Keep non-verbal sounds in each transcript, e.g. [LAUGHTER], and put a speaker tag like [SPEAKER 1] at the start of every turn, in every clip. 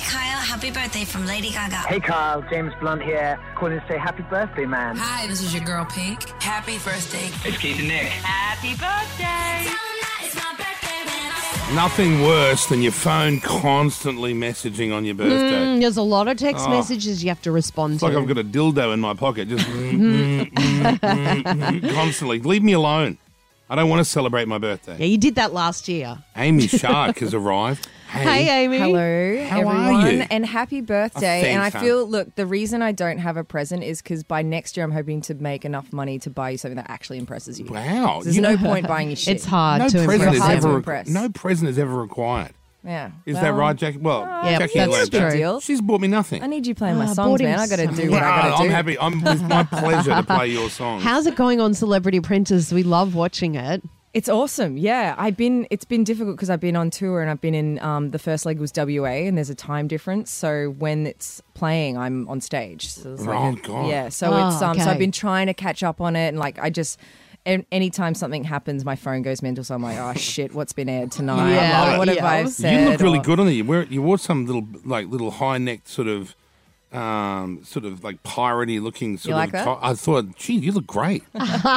[SPEAKER 1] Happy Birthday from Lady Gaga.
[SPEAKER 2] Hey Carl, James Blunt here, calling to say happy birthday, man.
[SPEAKER 1] Hi, this is your girl Pink. Happy birthday.
[SPEAKER 3] It's Keith and Nick.
[SPEAKER 4] Happy birthday.
[SPEAKER 5] Nothing worse than your phone constantly messaging on your birthday.
[SPEAKER 6] Mm, there's a lot of text
[SPEAKER 5] Oh.
[SPEAKER 6] messages you have to respond
[SPEAKER 5] It's
[SPEAKER 6] to.
[SPEAKER 5] like I've got a dildo in my pocket,
[SPEAKER 7] [LAUGHS]
[SPEAKER 5] just mm, mm, mm, mm, mm, constantly. Leave me alone. I don't want to celebrate my birthday.
[SPEAKER 6] yeah, you did that last year.
[SPEAKER 5] Amy Shark has arrived.
[SPEAKER 7] [LAUGHS] Hey, Amy. Hello,
[SPEAKER 5] How are
[SPEAKER 7] everyone,
[SPEAKER 5] you?
[SPEAKER 7] and happy birthday.
[SPEAKER 5] Oh, thanks,
[SPEAKER 7] and I
[SPEAKER 5] hon.
[SPEAKER 7] feel, look, the reason I don't have a present is because by next year I'm hoping to make enough money to buy you something that actually impresses you.
[SPEAKER 5] Wow.
[SPEAKER 7] There's
[SPEAKER 5] You-
[SPEAKER 7] no point
[SPEAKER 5] [LAUGHS]
[SPEAKER 7] buying you shit.
[SPEAKER 6] It's hard
[SPEAKER 5] no
[SPEAKER 6] to
[SPEAKER 5] present
[SPEAKER 6] impress.
[SPEAKER 5] is
[SPEAKER 7] Hard uh, to
[SPEAKER 5] ever
[SPEAKER 7] impress.
[SPEAKER 5] no present is ever required.
[SPEAKER 7] Yeah.
[SPEAKER 5] Is
[SPEAKER 7] Well, uh,
[SPEAKER 5] that right, Jackie? Well,
[SPEAKER 6] Yeah,
[SPEAKER 5] Jackie
[SPEAKER 6] that's
[SPEAKER 5] learned
[SPEAKER 6] true.
[SPEAKER 5] that.
[SPEAKER 7] Deal.
[SPEAKER 5] She's bought me nothing.
[SPEAKER 7] I need you playing my
[SPEAKER 6] Ah,
[SPEAKER 7] songs,
[SPEAKER 6] boarding
[SPEAKER 7] man. I got to
[SPEAKER 6] something.
[SPEAKER 7] do what I
[SPEAKER 5] Ah,
[SPEAKER 7] got to
[SPEAKER 5] I'm
[SPEAKER 7] do.
[SPEAKER 5] happy. I'm, it's my pleasure to play
[SPEAKER 7] [LAUGHS]
[SPEAKER 5] your song.
[SPEAKER 6] How's it going on Celebrity Apprentice? We love watching it.
[SPEAKER 7] It's awesome. Yeah, I've been. It's been difficult because I've been on tour and I've been in. Um, the first leg was WA and there's a time difference. So when it's playing, I'm on stage. So it's like
[SPEAKER 5] Oh,
[SPEAKER 7] a-
[SPEAKER 5] God.
[SPEAKER 7] Yeah. So
[SPEAKER 6] Oh,
[SPEAKER 7] it's. Um, So
[SPEAKER 6] okay.
[SPEAKER 7] I've been trying to catch up on it and like I just. an- Anytime something happens, my phone goes mental. So I'm like, oh shit, what's been aired tonight?
[SPEAKER 6] Yeah,
[SPEAKER 7] Like, what
[SPEAKER 6] yeah.
[SPEAKER 7] have I
[SPEAKER 6] You
[SPEAKER 7] said?
[SPEAKER 5] You look really
[SPEAKER 7] Or-
[SPEAKER 5] good on it. You wear you wore some little like little high necked sort of um sort of like piratey looking sort
[SPEAKER 7] like
[SPEAKER 5] of
[SPEAKER 7] that?
[SPEAKER 5] top. I thought, gee, you look
[SPEAKER 7] [LAUGHS]
[SPEAKER 5] great.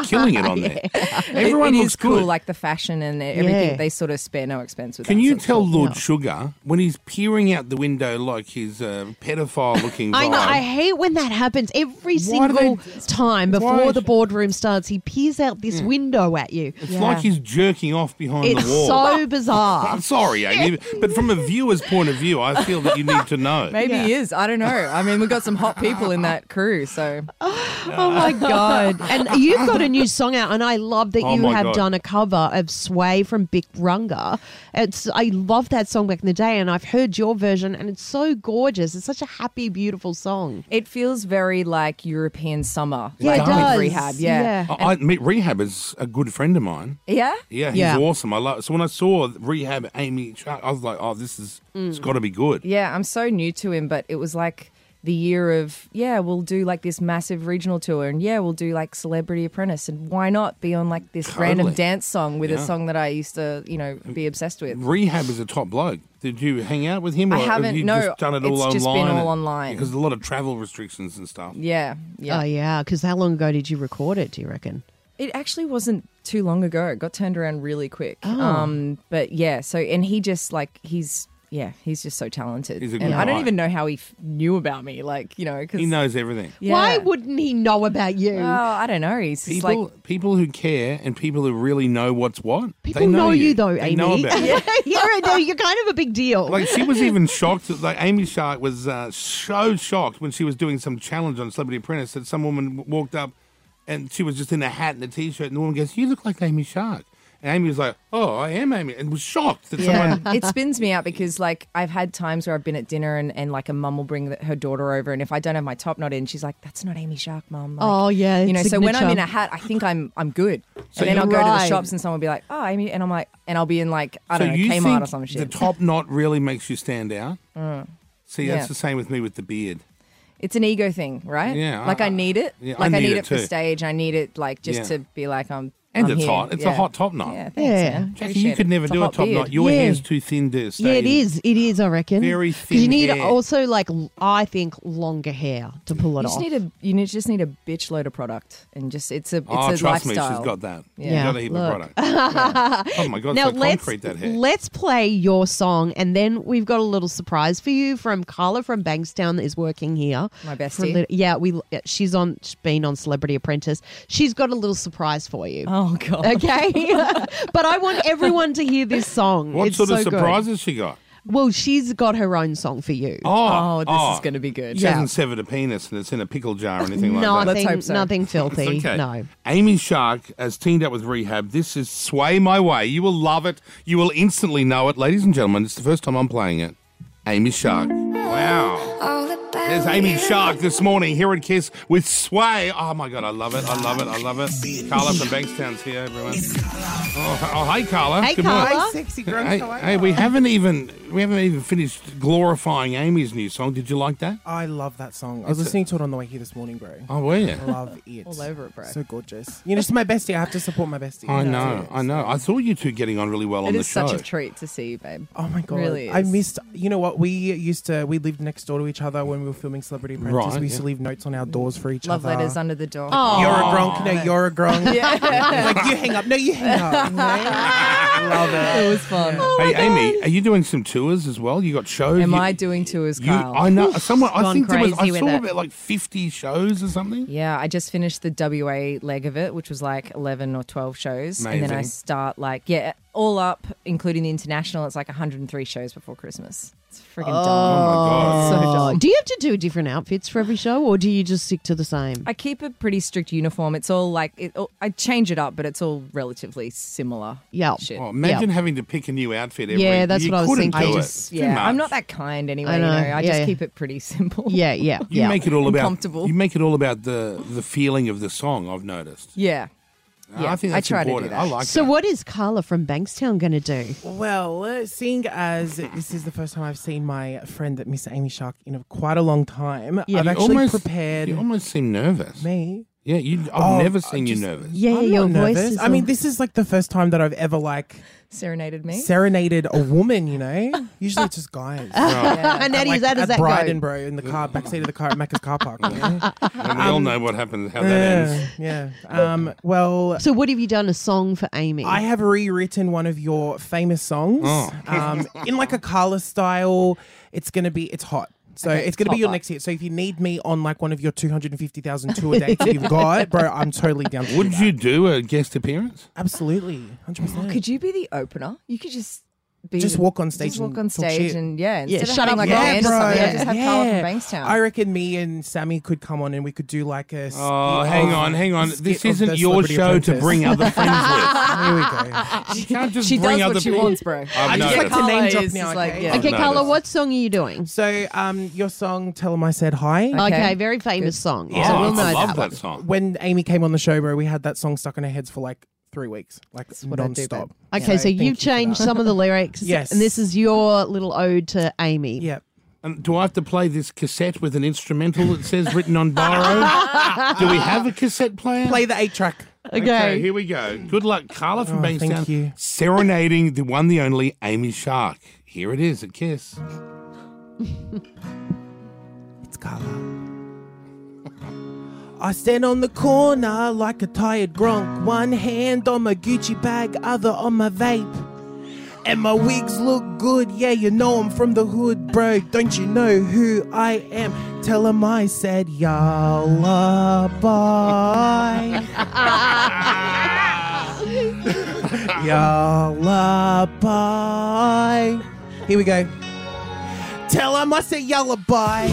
[SPEAKER 5] Killing it on there.
[SPEAKER 7] It-
[SPEAKER 5] Everyone
[SPEAKER 7] it
[SPEAKER 5] looks
[SPEAKER 7] is cool,
[SPEAKER 5] good.
[SPEAKER 7] like the fashion and everything.
[SPEAKER 6] Yeah.
[SPEAKER 7] They sort of spare no expense with.
[SPEAKER 5] Can
[SPEAKER 7] that,
[SPEAKER 5] you
[SPEAKER 7] so it's
[SPEAKER 5] tell
[SPEAKER 7] cool.
[SPEAKER 5] Lord Sugar when he's peering out the window like his uh, pedophile
[SPEAKER 7] [LAUGHS]
[SPEAKER 5] looking
[SPEAKER 6] I know. I hate when that happens every
[SPEAKER 5] Why do they-
[SPEAKER 6] single time before
[SPEAKER 5] Why- Mm.
[SPEAKER 6] the boardroom starts. He peers out this window at you.
[SPEAKER 5] It's like he's jerking off behind
[SPEAKER 6] It's
[SPEAKER 5] the wall.
[SPEAKER 6] so bizarre.
[SPEAKER 5] [LAUGHS] I'm sorry, Amy, but from a viewer's point of view, I feel that you need to know.
[SPEAKER 7] [LAUGHS] Maybe he is. I don't know. I mean, we've got some hot people in that crew, so
[SPEAKER 6] Oh my [LAUGHS] god! And you've got a new song out, and I love that
[SPEAKER 5] Oh
[SPEAKER 6] you
[SPEAKER 5] my
[SPEAKER 6] have
[SPEAKER 5] God.
[SPEAKER 6] done a cover of "Sway" from Bic Runga. It's I love that song back in the day, and I've heard your version, and it's so gorgeous. It's such a happy, beautiful song.
[SPEAKER 7] It feels very like European summer.
[SPEAKER 6] Yeah,
[SPEAKER 7] like
[SPEAKER 6] it
[SPEAKER 7] with
[SPEAKER 6] does.
[SPEAKER 7] rehab. Yeah.
[SPEAKER 6] Oh,
[SPEAKER 5] I, I, me- Rehab is a good friend of mine.
[SPEAKER 7] Yeah.
[SPEAKER 5] Yeah, he's
[SPEAKER 6] Yeah.
[SPEAKER 5] awesome. I love. So when I saw Rehab Amy Shark, I was like, oh, this is it's got to be good.
[SPEAKER 7] Mm. Yeah, I'm so new to him, but it was like the year of, yeah, we'll do like this massive regional tour and yeah, we'll do like Celebrity Apprentice and why not be on like this random
[SPEAKER 5] Totally.
[SPEAKER 7] dance song with a
[SPEAKER 5] Yeah. Mm.
[SPEAKER 7] song that I used to, you know, be obsessed with.
[SPEAKER 5] Rehab is a top bloke. Did you hang out with him? Or
[SPEAKER 7] I
[SPEAKER 5] Have
[SPEAKER 7] haven't,
[SPEAKER 5] you
[SPEAKER 7] no,
[SPEAKER 5] just done it all online.
[SPEAKER 7] it's just been all
[SPEAKER 5] and-
[SPEAKER 7] online.
[SPEAKER 5] because a lot of travel restrictions and stuff.
[SPEAKER 7] Yeah. Yeah.
[SPEAKER 6] Oh yeah, because how long ago did you record it? Do you reckon?
[SPEAKER 7] It actually wasn't too long ago. It got turned around really quick.
[SPEAKER 5] Oh.
[SPEAKER 7] Um, but yeah, so and he just like he's yeah, he's just so talented.
[SPEAKER 5] He's a
[SPEAKER 7] and
[SPEAKER 5] good
[SPEAKER 7] I don't
[SPEAKER 5] guy.
[SPEAKER 7] even know how he f- knew about me. Like you know, because
[SPEAKER 5] He knows everything.
[SPEAKER 6] Why wouldn't he know about you?
[SPEAKER 5] Uh,
[SPEAKER 7] Oh, I don't know. He's just
[SPEAKER 5] People,
[SPEAKER 7] like
[SPEAKER 5] people who care and people who really know what's what.
[SPEAKER 6] People
[SPEAKER 5] they know,
[SPEAKER 6] you. though,
[SPEAKER 5] they
[SPEAKER 6] Amy.
[SPEAKER 5] Know
[SPEAKER 7] [LAUGHS]
[SPEAKER 5] about
[SPEAKER 6] [LAUGHS]
[SPEAKER 5] you.
[SPEAKER 6] you're, a- no, you're kind of a big deal.
[SPEAKER 5] Like she was even shocked. that, Like Amy Shark was uh, so shocked when she was doing some challenge on Celebrity Apprentice that some woman w- walked up, and she was just in a hat and a t-shirt, and the woman goes, "You look like Amy Shark." And Amy was like, "Oh, I am Amy," and was shocked that [LAUGHS]
[SPEAKER 7] yeah.
[SPEAKER 5] someone.
[SPEAKER 7] it spins me out because like I've had times where I've been at dinner and, and like a mum will bring the, her daughter over and if I don't have my top knot in, she's like, "That's not Amy Shark, mum." Like,
[SPEAKER 6] Oh, yeah,
[SPEAKER 7] you know. So when I'm
[SPEAKER 6] signature.
[SPEAKER 7] in a hat, I think I'm I'm good.
[SPEAKER 5] So
[SPEAKER 7] and then
[SPEAKER 5] you're
[SPEAKER 7] I'll go to the
[SPEAKER 6] right.
[SPEAKER 7] shops and someone will be like, "Oh, Amy," and I'm like, and I'll be in like I don't
[SPEAKER 5] so
[SPEAKER 7] know
[SPEAKER 5] you
[SPEAKER 7] Kmart
[SPEAKER 5] think
[SPEAKER 7] or some shit. Mm.
[SPEAKER 5] the top knot really makes you stand out? See, that's
[SPEAKER 7] Yeah.
[SPEAKER 5] the same with me with the beard.
[SPEAKER 7] It's an ego thing, right?
[SPEAKER 5] Yeah,
[SPEAKER 7] Like I,
[SPEAKER 5] I-
[SPEAKER 7] need it.
[SPEAKER 5] yeah, I
[SPEAKER 7] like I
[SPEAKER 5] need
[SPEAKER 7] need,
[SPEAKER 5] it
[SPEAKER 7] it, for
[SPEAKER 5] too.
[SPEAKER 7] stage. I need it like just
[SPEAKER 5] Yeah.
[SPEAKER 7] to be like I'm.
[SPEAKER 5] And
[SPEAKER 7] I'm
[SPEAKER 5] it's
[SPEAKER 7] here.
[SPEAKER 5] hot. It's a
[SPEAKER 7] Yeah.
[SPEAKER 5] hot top knot.
[SPEAKER 7] Yeah, thanks,
[SPEAKER 6] Yeah.
[SPEAKER 7] man.
[SPEAKER 5] Jackie,
[SPEAKER 7] Appreciate
[SPEAKER 5] you
[SPEAKER 7] it.
[SPEAKER 5] could never
[SPEAKER 7] It's
[SPEAKER 5] do a
[SPEAKER 7] hot
[SPEAKER 5] top
[SPEAKER 7] beard.
[SPEAKER 5] knot. Your
[SPEAKER 6] Yeah.
[SPEAKER 5] hair's too thin to stay.
[SPEAKER 6] yeah, it
[SPEAKER 5] in.
[SPEAKER 6] is. It is, I reckon.
[SPEAKER 5] Very
[SPEAKER 6] 'Cause You
[SPEAKER 5] thin
[SPEAKER 6] need
[SPEAKER 5] hair.
[SPEAKER 6] also like l- I think longer hair to pull it
[SPEAKER 7] You
[SPEAKER 6] off.
[SPEAKER 7] just need a. You need, just need a bitch load of product, and just it's a. It's
[SPEAKER 5] Oh,
[SPEAKER 7] a
[SPEAKER 5] trust
[SPEAKER 7] lifestyle.
[SPEAKER 5] me, she's got that.
[SPEAKER 7] Yeah.
[SPEAKER 5] Yeah, got a heap
[SPEAKER 7] Look. [LAUGHS]
[SPEAKER 5] of product. Yeah. Oh my god,
[SPEAKER 6] now
[SPEAKER 5] so
[SPEAKER 6] let's
[SPEAKER 5] concrete that hair.
[SPEAKER 6] let's play your song, and then we've got a little surprise for you from Carla from Bankstown that is working here.
[SPEAKER 7] My
[SPEAKER 6] For a
[SPEAKER 7] bestie.
[SPEAKER 6] lit- yeah, we she's on she's been on Celebrity Apprentice. She's got a little surprise for you.
[SPEAKER 7] Oh god.
[SPEAKER 6] Okay,
[SPEAKER 7] [LAUGHS]
[SPEAKER 6] but I want everyone to hear this song.
[SPEAKER 5] What
[SPEAKER 6] it's
[SPEAKER 5] sort
[SPEAKER 6] so
[SPEAKER 5] of
[SPEAKER 6] Good.
[SPEAKER 5] surprises she got?
[SPEAKER 6] Well, she's got her own song for you.
[SPEAKER 7] Oh, this is going to be good.
[SPEAKER 5] She hasn't severed a penis and it's in a pickle jar or anything like that.
[SPEAKER 6] nothing,
[SPEAKER 7] hope so.
[SPEAKER 5] [LAUGHS]
[SPEAKER 6] nothing
[SPEAKER 5] It's
[SPEAKER 6] filthy.
[SPEAKER 5] okay.
[SPEAKER 6] No.
[SPEAKER 5] Amy Shark has teamed up with Rehab. This is Sway My Way. You will love it. You will instantly know it. Ladies and gentlemen, it's the first time I'm playing it. Amy Shark. Wow.
[SPEAKER 3] all about
[SPEAKER 5] There's Amy
[SPEAKER 3] you.
[SPEAKER 5] Shark this morning here at Kiss with Sway. Oh my God, I love it. I love it. I love it. Carla from Bankstown's here, everyone. Oh, oh hi, Carla.
[SPEAKER 6] Hey,
[SPEAKER 5] Good morning.
[SPEAKER 6] Carla.
[SPEAKER 8] Hi, sexy girl.
[SPEAKER 5] Hey,
[SPEAKER 8] How are
[SPEAKER 5] hey,
[SPEAKER 8] you?
[SPEAKER 5] we haven't even we haven't even finished glorifying Amy's new song. Did you like that?
[SPEAKER 8] I love that song. I was
[SPEAKER 5] It's a-
[SPEAKER 8] listening to it on the way here
[SPEAKER 5] [LAUGHS]
[SPEAKER 8] this morning, bro.
[SPEAKER 5] Oh, were you?
[SPEAKER 8] Love it.
[SPEAKER 7] All over it, bro.
[SPEAKER 8] So gorgeous. You know, she's my bestie. I have to support my bestie.
[SPEAKER 5] I
[SPEAKER 8] That's
[SPEAKER 5] know,
[SPEAKER 8] it.
[SPEAKER 5] I know. I saw you two getting on really well on
[SPEAKER 7] It
[SPEAKER 5] the
[SPEAKER 7] is
[SPEAKER 5] show.
[SPEAKER 7] such a treat to see you, babe.
[SPEAKER 8] Oh my god!
[SPEAKER 7] Really
[SPEAKER 8] I
[SPEAKER 7] is.
[SPEAKER 8] missed. You know what? We used to. We lived next door to each other when we were filming Celebrity Apprentice.
[SPEAKER 5] Right,
[SPEAKER 8] we used to
[SPEAKER 5] yeah.
[SPEAKER 8] leave notes on our doors for each
[SPEAKER 7] Love
[SPEAKER 8] other.
[SPEAKER 7] letters under the door.
[SPEAKER 6] Oh.
[SPEAKER 8] You're a gronk. No, you're a gronk.
[SPEAKER 7] [LAUGHS] Yeah.
[SPEAKER 8] like you hang up. No, you hang
[SPEAKER 7] [LAUGHS]
[SPEAKER 8] up. Love it.
[SPEAKER 7] it was fun.
[SPEAKER 5] hey, Amy, are you doing some tours as well? You got shows?
[SPEAKER 7] Oh Am
[SPEAKER 5] Oh, you,
[SPEAKER 7] I doing tours,
[SPEAKER 5] You,
[SPEAKER 7] Carl?
[SPEAKER 5] I know. Someone. I
[SPEAKER 6] Gone
[SPEAKER 5] think there was. I
[SPEAKER 6] crazy with
[SPEAKER 5] saw
[SPEAKER 6] it.
[SPEAKER 5] about like fifty shows or something.
[SPEAKER 7] Yeah, I just finished the WA leg of it, which was like 11 or 12 shows. And then I
[SPEAKER 5] Amazing.
[SPEAKER 7] start like, yeah, all up, including the international, it's like 103 shows before Christmas. It's freaking
[SPEAKER 5] Oh
[SPEAKER 7] dumb.
[SPEAKER 5] my god.
[SPEAKER 7] So dumb.
[SPEAKER 6] Uh, Do you have to do different outfits for every show, or do you just stick to the same?
[SPEAKER 7] I keep a pretty strict uniform. It's all like, it, oh, I change it up, but it's all relatively similar.
[SPEAKER 6] Yeah.
[SPEAKER 7] Shit.
[SPEAKER 5] Oh, imagine having to pick a new outfit every
[SPEAKER 6] Yeah, that's
[SPEAKER 5] you
[SPEAKER 6] what I was
[SPEAKER 5] couldn't
[SPEAKER 6] thinking.
[SPEAKER 5] Do
[SPEAKER 6] I
[SPEAKER 5] it.
[SPEAKER 6] just-
[SPEAKER 5] Too
[SPEAKER 7] yeah, I'm
[SPEAKER 5] much.
[SPEAKER 7] not that kind anyway.
[SPEAKER 6] I
[SPEAKER 7] you
[SPEAKER 6] know.
[SPEAKER 7] know, I just
[SPEAKER 6] Yeah.
[SPEAKER 7] keep it pretty simple.
[SPEAKER 6] Yeah, yeah,
[SPEAKER 5] You
[SPEAKER 6] yeah.
[SPEAKER 5] make it all
[SPEAKER 7] And
[SPEAKER 5] about
[SPEAKER 7] comfortable.
[SPEAKER 5] You make it all about the the feeling of the song. I've noticed.
[SPEAKER 7] [LAUGHS] Yeah.
[SPEAKER 5] I think
[SPEAKER 7] I
[SPEAKER 5] that's
[SPEAKER 7] try to do
[SPEAKER 5] important.
[SPEAKER 7] that.
[SPEAKER 5] I like
[SPEAKER 6] so,
[SPEAKER 5] that.
[SPEAKER 6] what is Carla from Bankstown going to do?
[SPEAKER 8] Well, uh, seeing as this is the first time I've seen my friend, that Miss Amy Shark, in a, quite a long time, I've
[SPEAKER 5] You
[SPEAKER 8] actually
[SPEAKER 5] almost,
[SPEAKER 8] prepared
[SPEAKER 5] You almost seem nervous.
[SPEAKER 8] me.
[SPEAKER 5] Yeah, you, I've
[SPEAKER 8] Oh,
[SPEAKER 5] never
[SPEAKER 8] I
[SPEAKER 5] seen you
[SPEAKER 8] just-
[SPEAKER 5] nervous.
[SPEAKER 8] [LAUGHS]
[SPEAKER 6] Yeah,
[SPEAKER 8] I'm
[SPEAKER 6] your
[SPEAKER 8] not
[SPEAKER 6] voice.
[SPEAKER 8] nervous.
[SPEAKER 6] Is
[SPEAKER 8] I mean,
[SPEAKER 6] all-
[SPEAKER 8] this is like the first time that I've ever like
[SPEAKER 7] Serenaded me.
[SPEAKER 8] serenaded a woman.
[SPEAKER 6] [LAUGHS]
[SPEAKER 8] You know, usually it's just guys.
[SPEAKER 6] and that is that
[SPEAKER 8] at
[SPEAKER 6] is that
[SPEAKER 8] Brighton,
[SPEAKER 6] go?
[SPEAKER 8] bro, in the car, backseat of the car at Macca's car park.
[SPEAKER 6] [LAUGHS]
[SPEAKER 8] you know?
[SPEAKER 5] And we all know what happens, how that ends.
[SPEAKER 8] yeah, yeah. Um, well,
[SPEAKER 6] So, what have you done a song for Amy?
[SPEAKER 8] I have rewritten one of your famous songs
[SPEAKER 5] Oh.
[SPEAKER 8] um, in like a Carla style. It's gonna be, it's hot. So it's gonna be your
[SPEAKER 7] hot.
[SPEAKER 8] next hit. So if you need me on like one of your two hundred and fifty thousand tour dates that you've got, bro, I'm totally down. To
[SPEAKER 5] Would
[SPEAKER 8] do that.
[SPEAKER 5] you do a guest appearance?
[SPEAKER 8] Absolutely, hundred percent.
[SPEAKER 7] Could you be the opener? You could just be
[SPEAKER 8] Just walk on stage
[SPEAKER 7] Just walk
[SPEAKER 8] and
[SPEAKER 7] on
[SPEAKER 8] talk
[SPEAKER 7] stage
[SPEAKER 8] shit.
[SPEAKER 7] and yeah,
[SPEAKER 6] Yeah,
[SPEAKER 7] instead of
[SPEAKER 6] shut
[SPEAKER 7] having
[SPEAKER 6] up,
[SPEAKER 7] like
[SPEAKER 6] yeah,
[SPEAKER 7] a band
[SPEAKER 6] bro,
[SPEAKER 7] or something,
[SPEAKER 6] yeah.
[SPEAKER 7] I just have Carla from Bankstown.
[SPEAKER 8] I reckon me and Sammy could come on and we could do like a.
[SPEAKER 5] Oh, hang on, hang on. This isn't your
[SPEAKER 8] your
[SPEAKER 5] show to bring [LAUGHS] other friends
[SPEAKER 8] [LAUGHS] Here we go.
[SPEAKER 5] with. You can't just
[SPEAKER 7] she
[SPEAKER 5] bring
[SPEAKER 7] does
[SPEAKER 5] other
[SPEAKER 7] what she
[SPEAKER 5] people.
[SPEAKER 7] wants, bro.
[SPEAKER 5] I've
[SPEAKER 8] just like
[SPEAKER 5] noticed.
[SPEAKER 8] to
[SPEAKER 7] Carla
[SPEAKER 8] name drop
[SPEAKER 7] is
[SPEAKER 8] now,
[SPEAKER 7] just like,
[SPEAKER 8] okay?
[SPEAKER 7] yeah.
[SPEAKER 6] okay,
[SPEAKER 5] I've
[SPEAKER 6] Carla,
[SPEAKER 5] noticed.
[SPEAKER 6] what song are you doing?
[SPEAKER 8] So, um, your song "Tell 'Em I Said Hi."
[SPEAKER 6] Okay,
[SPEAKER 7] Okay.
[SPEAKER 6] very famous
[SPEAKER 7] Good.
[SPEAKER 6] song.
[SPEAKER 5] Oh,
[SPEAKER 6] so we'll know
[SPEAKER 5] I love
[SPEAKER 6] that.
[SPEAKER 5] that
[SPEAKER 6] one.
[SPEAKER 5] song.
[SPEAKER 8] when Amy came on the show, bro, we had that song stuck in our heads for like three weeks, like
[SPEAKER 7] what I do, babe.
[SPEAKER 8] non-stop.
[SPEAKER 6] Okay, so
[SPEAKER 8] thank
[SPEAKER 6] you've
[SPEAKER 8] you for that.
[SPEAKER 6] changed some of the lyrics.
[SPEAKER 8] Yes.
[SPEAKER 6] And this is your little ode to Amy.
[SPEAKER 8] Yeah.
[SPEAKER 5] And do I have to play this cassette with an instrumental that says written on borrowed? do we have a cassette player?
[SPEAKER 8] Play the eight track.
[SPEAKER 6] Okay.
[SPEAKER 5] Okay, here we go. Good luck, Carla from
[SPEAKER 8] Oh,
[SPEAKER 5] Bankstown.
[SPEAKER 8] thank you.
[SPEAKER 5] Serenading the one, the only Amy Shark. Here it is at Kiss.
[SPEAKER 8] It's Carla. [LAUGHS] I stand on the corner like a tired gronk, one hand on my Gucci bag, other on my vape. And my wigs look good, yeah, you know I'm from the hood, bro. Don't you know who I am? Tell 'em I said, Yalla, bye. Lullaby. Here we go. Tell him I said lullaby.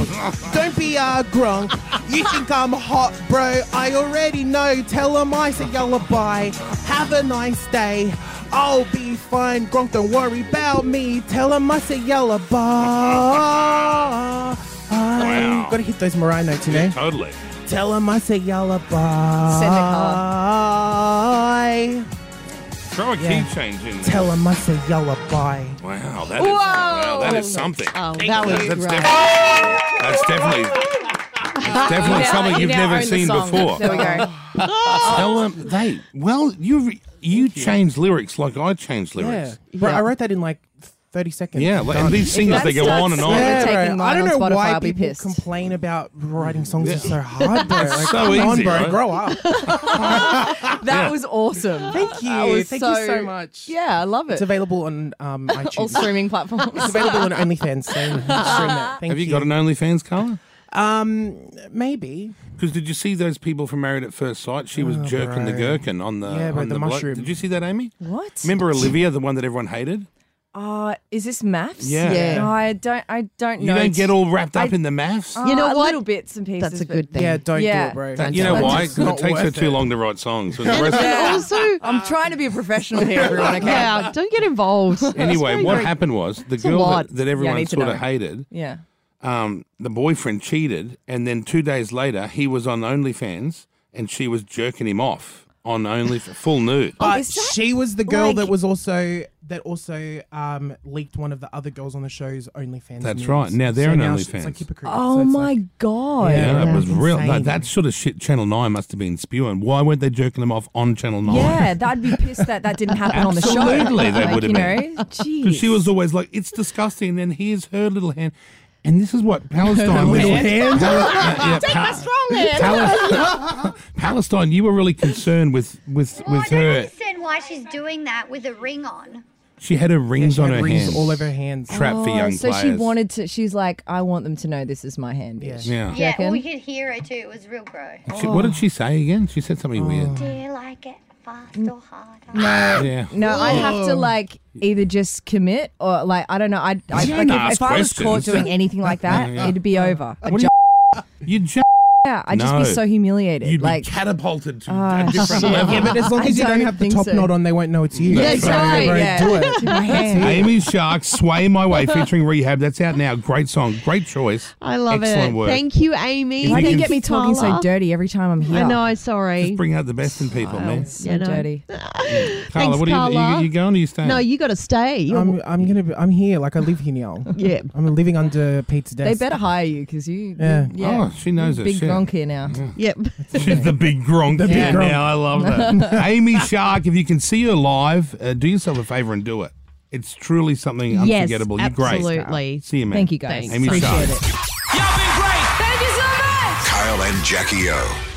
[SPEAKER 8] Don't be a grunk. You think I'm hot, bro. I already know. Tell him I said lullaby. Have a nice day. I'll be fine, grunk. Don't worry about me. Tell him I said lullaby.
[SPEAKER 5] Wow.
[SPEAKER 8] Gotta hit those Mariah notes, you know?
[SPEAKER 5] Totally.
[SPEAKER 8] Tell him I said lullaby.
[SPEAKER 7] Send it, Carla.
[SPEAKER 5] Throw a key
[SPEAKER 8] Yeah.
[SPEAKER 5] change in there.
[SPEAKER 8] Tell him I said lullaby.
[SPEAKER 5] Wow, that is, wow, that is something.
[SPEAKER 6] Oh, that was
[SPEAKER 5] That's
[SPEAKER 6] right.
[SPEAKER 5] definitely. That's definitely. That's definitely
[SPEAKER 7] You now-
[SPEAKER 5] something
[SPEAKER 7] you
[SPEAKER 5] you've
[SPEAKER 7] now
[SPEAKER 5] never
[SPEAKER 7] own the
[SPEAKER 5] seen
[SPEAKER 7] song.
[SPEAKER 5] before.
[SPEAKER 7] There we go.
[SPEAKER 5] Tell them they. Well, you re- you changed lyrics like I changed lyrics.
[SPEAKER 8] Yeah. Bro,
[SPEAKER 6] Yeah.
[SPEAKER 8] I wrote that in like 30 seconds.
[SPEAKER 5] Yeah, like, and these singers
[SPEAKER 7] that
[SPEAKER 5] they go on
[SPEAKER 7] starts-
[SPEAKER 5] and on.
[SPEAKER 7] Yeah.
[SPEAKER 8] Yeah,
[SPEAKER 7] Taking
[SPEAKER 8] bro.
[SPEAKER 7] mine
[SPEAKER 8] I don't
[SPEAKER 7] on
[SPEAKER 8] know
[SPEAKER 7] Spotify,
[SPEAKER 8] why
[SPEAKER 7] I'll be
[SPEAKER 8] people
[SPEAKER 7] pissed.
[SPEAKER 8] complain about writing songs are so hard, bro. Like,
[SPEAKER 5] so
[SPEAKER 8] come on,
[SPEAKER 5] easy,
[SPEAKER 8] bro.
[SPEAKER 5] right?
[SPEAKER 8] Grow up.
[SPEAKER 7] That was awesome.
[SPEAKER 8] Thank you.
[SPEAKER 7] That was
[SPEAKER 8] Thank you so much.
[SPEAKER 7] Yeah, I love
[SPEAKER 8] It's
[SPEAKER 7] it.
[SPEAKER 8] available on um, iTunes.
[SPEAKER 7] All streaming platforms.
[SPEAKER 8] [LAUGHS] it's available on OnlyFans. So you can stream that. Thank Um,
[SPEAKER 5] Have you got an OnlyFans, Carla?
[SPEAKER 8] Maybe.
[SPEAKER 5] Because did you see those people from Married at First Sight? She
[SPEAKER 7] Oh,
[SPEAKER 5] was jerking the
[SPEAKER 8] bro.
[SPEAKER 5] gherkin on the
[SPEAKER 8] Yeah, bro,
[SPEAKER 5] on
[SPEAKER 8] the
[SPEAKER 5] bloke.
[SPEAKER 8] mushroom.
[SPEAKER 5] Did you see that, Amy?
[SPEAKER 7] What?
[SPEAKER 5] Remember Olivia, the one that everyone hated?
[SPEAKER 7] Uh, is this maths?
[SPEAKER 5] Yeah. Yeah.
[SPEAKER 7] No, I don't. I don't
[SPEAKER 5] You
[SPEAKER 7] know.
[SPEAKER 5] don't get all wrapped up
[SPEAKER 7] I-
[SPEAKER 5] in the maths.
[SPEAKER 7] You know
[SPEAKER 6] Uh,
[SPEAKER 7] what?
[SPEAKER 6] little
[SPEAKER 7] Little bits and pieces.
[SPEAKER 6] That's a good thing.
[SPEAKER 8] Yeah, don't
[SPEAKER 7] Yeah.
[SPEAKER 8] do it, bro.
[SPEAKER 5] Uh, you know
[SPEAKER 7] That's
[SPEAKER 5] why?
[SPEAKER 7] just
[SPEAKER 5] 'Cause it
[SPEAKER 8] not
[SPEAKER 5] takes her
[SPEAKER 8] worth
[SPEAKER 5] too
[SPEAKER 8] it.
[SPEAKER 5] long to write songs. And the rest-
[SPEAKER 6] Also,
[SPEAKER 7] I'm trying to be a professional here,
[SPEAKER 6] [LAUGHS]
[SPEAKER 7] everyone. Okay.
[SPEAKER 6] yeah, don't get involved.
[SPEAKER 5] anyway,
[SPEAKER 6] It's
[SPEAKER 5] what
[SPEAKER 6] very-
[SPEAKER 5] happened was the
[SPEAKER 6] a
[SPEAKER 5] girl
[SPEAKER 6] lot.
[SPEAKER 5] that, that
[SPEAKER 7] Yeah, I
[SPEAKER 5] everyone
[SPEAKER 7] need to
[SPEAKER 5] sort of
[SPEAKER 7] know.
[SPEAKER 5] hated
[SPEAKER 7] Yeah.
[SPEAKER 5] um, the boyfriend cheated, and then two days later he was on OnlyFans, and she was jerking him off on Only full nude.
[SPEAKER 8] But
[SPEAKER 7] Oh, is that
[SPEAKER 8] she was the girl
[SPEAKER 7] like-
[SPEAKER 8] that was also that also um, leaked one of the other girls on the show's OnlyFans.
[SPEAKER 5] That's
[SPEAKER 8] nudes.
[SPEAKER 5] right. Now they're
[SPEAKER 8] so
[SPEAKER 5] an
[SPEAKER 8] now she-
[SPEAKER 5] OnlyFans.
[SPEAKER 8] It's like hypocrite.
[SPEAKER 7] Oh
[SPEAKER 8] So it's
[SPEAKER 7] my
[SPEAKER 8] like-
[SPEAKER 7] god!
[SPEAKER 5] Yeah,
[SPEAKER 8] Yeah,
[SPEAKER 5] that was
[SPEAKER 8] that's
[SPEAKER 5] real. No,
[SPEAKER 8] insane.
[SPEAKER 5] that sort of shit Channel 9 must have been spewing. Why weren't they jerking them off on Channel 9? [LAUGHS]
[SPEAKER 7] Yeah, that would be pissed that that didn't happen on the show.
[SPEAKER 5] Absolutely, they
[SPEAKER 7] Like,
[SPEAKER 5] would have
[SPEAKER 7] you
[SPEAKER 5] been. [LAUGHS]
[SPEAKER 7] know, jeez.
[SPEAKER 5] Because she was always like, it's disgusting. And here's her little hand. And this is what Palestine.
[SPEAKER 8] little
[SPEAKER 5] hand? Take my strong hand. [LAUGHS] Palestine, you were really concerned with, with,
[SPEAKER 3] Well,
[SPEAKER 5] with
[SPEAKER 3] Oh, I don't
[SPEAKER 5] her.
[SPEAKER 3] understand why she's doing that with a ring on.
[SPEAKER 5] She had her rings
[SPEAKER 8] she
[SPEAKER 5] on
[SPEAKER 8] had
[SPEAKER 5] her
[SPEAKER 8] rings
[SPEAKER 5] hands.
[SPEAKER 8] all over her hands.
[SPEAKER 5] Trap for
[SPEAKER 7] Oh,
[SPEAKER 5] young
[SPEAKER 7] so
[SPEAKER 5] players.
[SPEAKER 7] she wanted to. She's like, I want them to know this is my hand, bitch.
[SPEAKER 5] Yeah.
[SPEAKER 3] Yeah,
[SPEAKER 7] reckon?
[SPEAKER 3] or we could hear it too. It was real gross.
[SPEAKER 5] She- what did she say again? She said something weird.
[SPEAKER 3] Do you like it fast or hard?
[SPEAKER 5] Yeah.
[SPEAKER 7] Oh. No, I have to like either just commit or like I don't know. I, I
[SPEAKER 5] You
[SPEAKER 7] like
[SPEAKER 5] don't
[SPEAKER 7] if,
[SPEAKER 5] ask
[SPEAKER 7] if I was caught
[SPEAKER 5] questions.
[SPEAKER 7] doing anything like that,
[SPEAKER 5] Yeah.
[SPEAKER 7] it'd be over. I'd,
[SPEAKER 5] What do
[SPEAKER 7] ju-
[SPEAKER 5] You ju-
[SPEAKER 7] yeah, I'd just
[SPEAKER 5] No.
[SPEAKER 7] be so humiliated.
[SPEAKER 5] you'd
[SPEAKER 7] like
[SPEAKER 5] be
[SPEAKER 7] [LAUGHS]
[SPEAKER 5] catapulted to
[SPEAKER 7] Ah,
[SPEAKER 5] a different
[SPEAKER 7] shit.
[SPEAKER 5] level.
[SPEAKER 8] Yeah, but as long
[SPEAKER 7] I
[SPEAKER 8] as you don't,
[SPEAKER 7] don't
[SPEAKER 8] have the
[SPEAKER 7] think
[SPEAKER 8] top
[SPEAKER 7] so.
[SPEAKER 8] knot on, they won't know it's you.
[SPEAKER 5] That's
[SPEAKER 7] That's right, yeah.
[SPEAKER 8] So, bro, [LAUGHS] Do it.
[SPEAKER 7] my hand.
[SPEAKER 5] Amy Shark, Sway My Way, featuring Rehab. That's out now. Great song. Great choice.
[SPEAKER 6] I love
[SPEAKER 5] Excellent
[SPEAKER 6] it.
[SPEAKER 5] work.
[SPEAKER 6] Thank you, Amy.
[SPEAKER 5] If
[SPEAKER 7] Why do
[SPEAKER 5] you
[SPEAKER 7] you
[SPEAKER 5] can
[SPEAKER 7] get me talking so
[SPEAKER 6] Carla.
[SPEAKER 7] dirty every time I'm
[SPEAKER 6] I
[SPEAKER 7] here?
[SPEAKER 6] know. Sorry.
[SPEAKER 5] Just bring out the best in people, man.
[SPEAKER 7] So
[SPEAKER 6] You know.
[SPEAKER 7] dirty.
[SPEAKER 5] Carla,
[SPEAKER 6] Thanks,
[SPEAKER 5] what are you, are
[SPEAKER 6] Carla.
[SPEAKER 5] you, you going or you staying? Oh,
[SPEAKER 6] No, you got to stay. You're-
[SPEAKER 8] I'm, I'm gonna. Be, I'm here. Like I live here
[SPEAKER 7] [LAUGHS]
[SPEAKER 8] now.
[SPEAKER 6] yeah.
[SPEAKER 8] I'm living under Pete's
[SPEAKER 7] They
[SPEAKER 8] desk.
[SPEAKER 7] better hire you because you.
[SPEAKER 8] Yeah.
[SPEAKER 7] yeah.
[SPEAKER 5] Oh, she knows her
[SPEAKER 7] Big
[SPEAKER 5] shit.
[SPEAKER 7] gronk here now.
[SPEAKER 6] Yep.
[SPEAKER 5] She's the big gronk. The
[SPEAKER 8] big gronk.
[SPEAKER 5] Now I love that. Amy Shark, if you can see her live, uh, do yourself a favor and do it. It's truly something
[SPEAKER 6] Yes,
[SPEAKER 5] unforgettable. You're great.
[SPEAKER 6] absolutely.
[SPEAKER 5] See you, man.
[SPEAKER 7] Thank you guys.
[SPEAKER 5] Amy
[SPEAKER 7] Appreciate
[SPEAKER 5] Shark.
[SPEAKER 7] it.
[SPEAKER 9] Kyle and Jackie O.